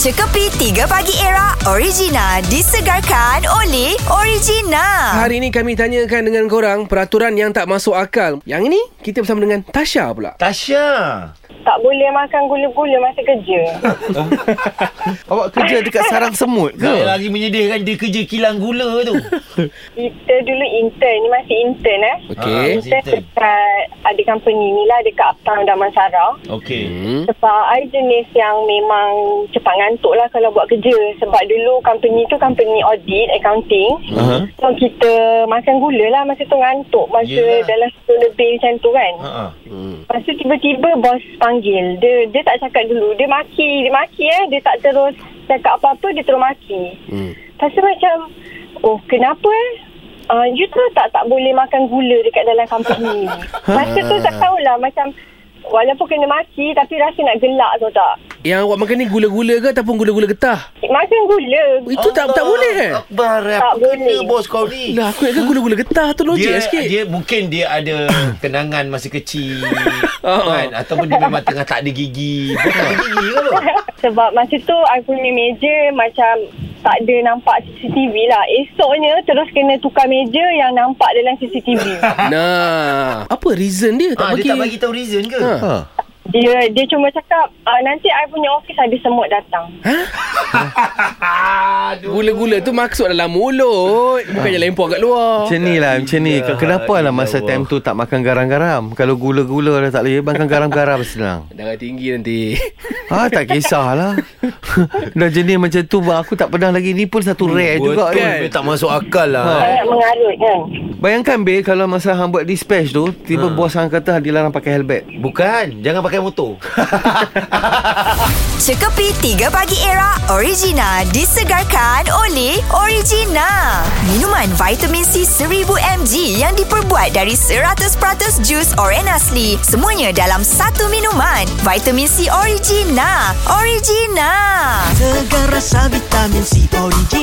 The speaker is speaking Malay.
Pasha Kopi 3 Pagi Era Original disegarkan oleh Original. Hari ini kami tanyakan dengan korang peraturan yang tak masuk akal. Yang ini kita bersama dengan Tasha pula. Tasha Tak boleh makan gula-gula masa kerja. Awak kerja dekat sarang semut Ya. ke? Saya lagi menyedihkan dia kerja kilang gula tu Kita dulu intern, ni masih intern eh. Okey. Ah. Intern intern. dekat ada company ni lah dekat Uptown Damansara. Ah. Okey Hmm. Sebab I jenis yang memang cepat ngantuk lah kalau buat kerja. Sebab dulu company tu company audit, Hmm. Hmm. accounting. Uh-huh. So kita makan gula lah masa tu ngantuk. Masa Yelah. dalam 10 lebih macam tu kan. Ha Hmm. Lepas tu tiba-tiba bos panggil. Dia dia tak cakap dulu. Dia maki. Dia maki eh. Dia tak terus cakap apa-apa. Dia terus maki. Hmm. Lepas tu macam Oh kenapa eh uh, You tu tak tak boleh makan gula Dekat dalam company ni Masa tu tak tahulah Macam Walaupun kena maki Tapi rasa nak gelak tu tak Yang awak makan ni gula-gula ke ataupun gula-gula getah? Makan gula Itu tak tak boleh kan? Akbar Tak Apa kena boleh. bos kau ni? Lah aku ingatkan gula-gula getah tu logik dia, lah sikit. dia mungkin dia ada kenangan masa kecil Ah. kan ataupun dia memang tengah tak ada gigi. Dia tak ada gigi ke apa? Sebab masa tu Aku punya meja Macam tak ada nampak CCTV lah Esoknya terus kena tukar meja Yang nampak dalam CCTV Ah. Nah, apa reason dia Ha, tak bagi? dia tak bagi tahu reason ke? Ha. Ha. Dia dia cuma cakap uh, Nanti I punya office ada semut datang Gula-gula tu maksud dalam mulut, bukannya lempar kat luar. Ah. Macam ni lah, macam ni. Ya, Kenapa lah masa ya, time tu tak makan garam-garam? Kalau gula-gula dah tak boleh, makan garam-garam senang. Darah tinggi nanti. Ah tak kisahlah. dah jenis macam tu, bang. aku tak pernah lagi. Ni pun satu rare juga kan. Eh, Dia tak masuk akal lah. Ha. Sangat mengarut kan Bayangkan, Bil, kalau masa hang buat dispatch tu, tiba bos hang kata hang dilarang pakai helmet. Bukan, jangan pakai motor. Pasha Kopi 3 Pagi Era Original disegarkan oleh Original. Minuman vitamin C 1000 mg yang diperbuat dari 100% jus oren asli. Semuanya dalam satu minuman. Vitamin C Original. Original. Segar rasa vitamin C origi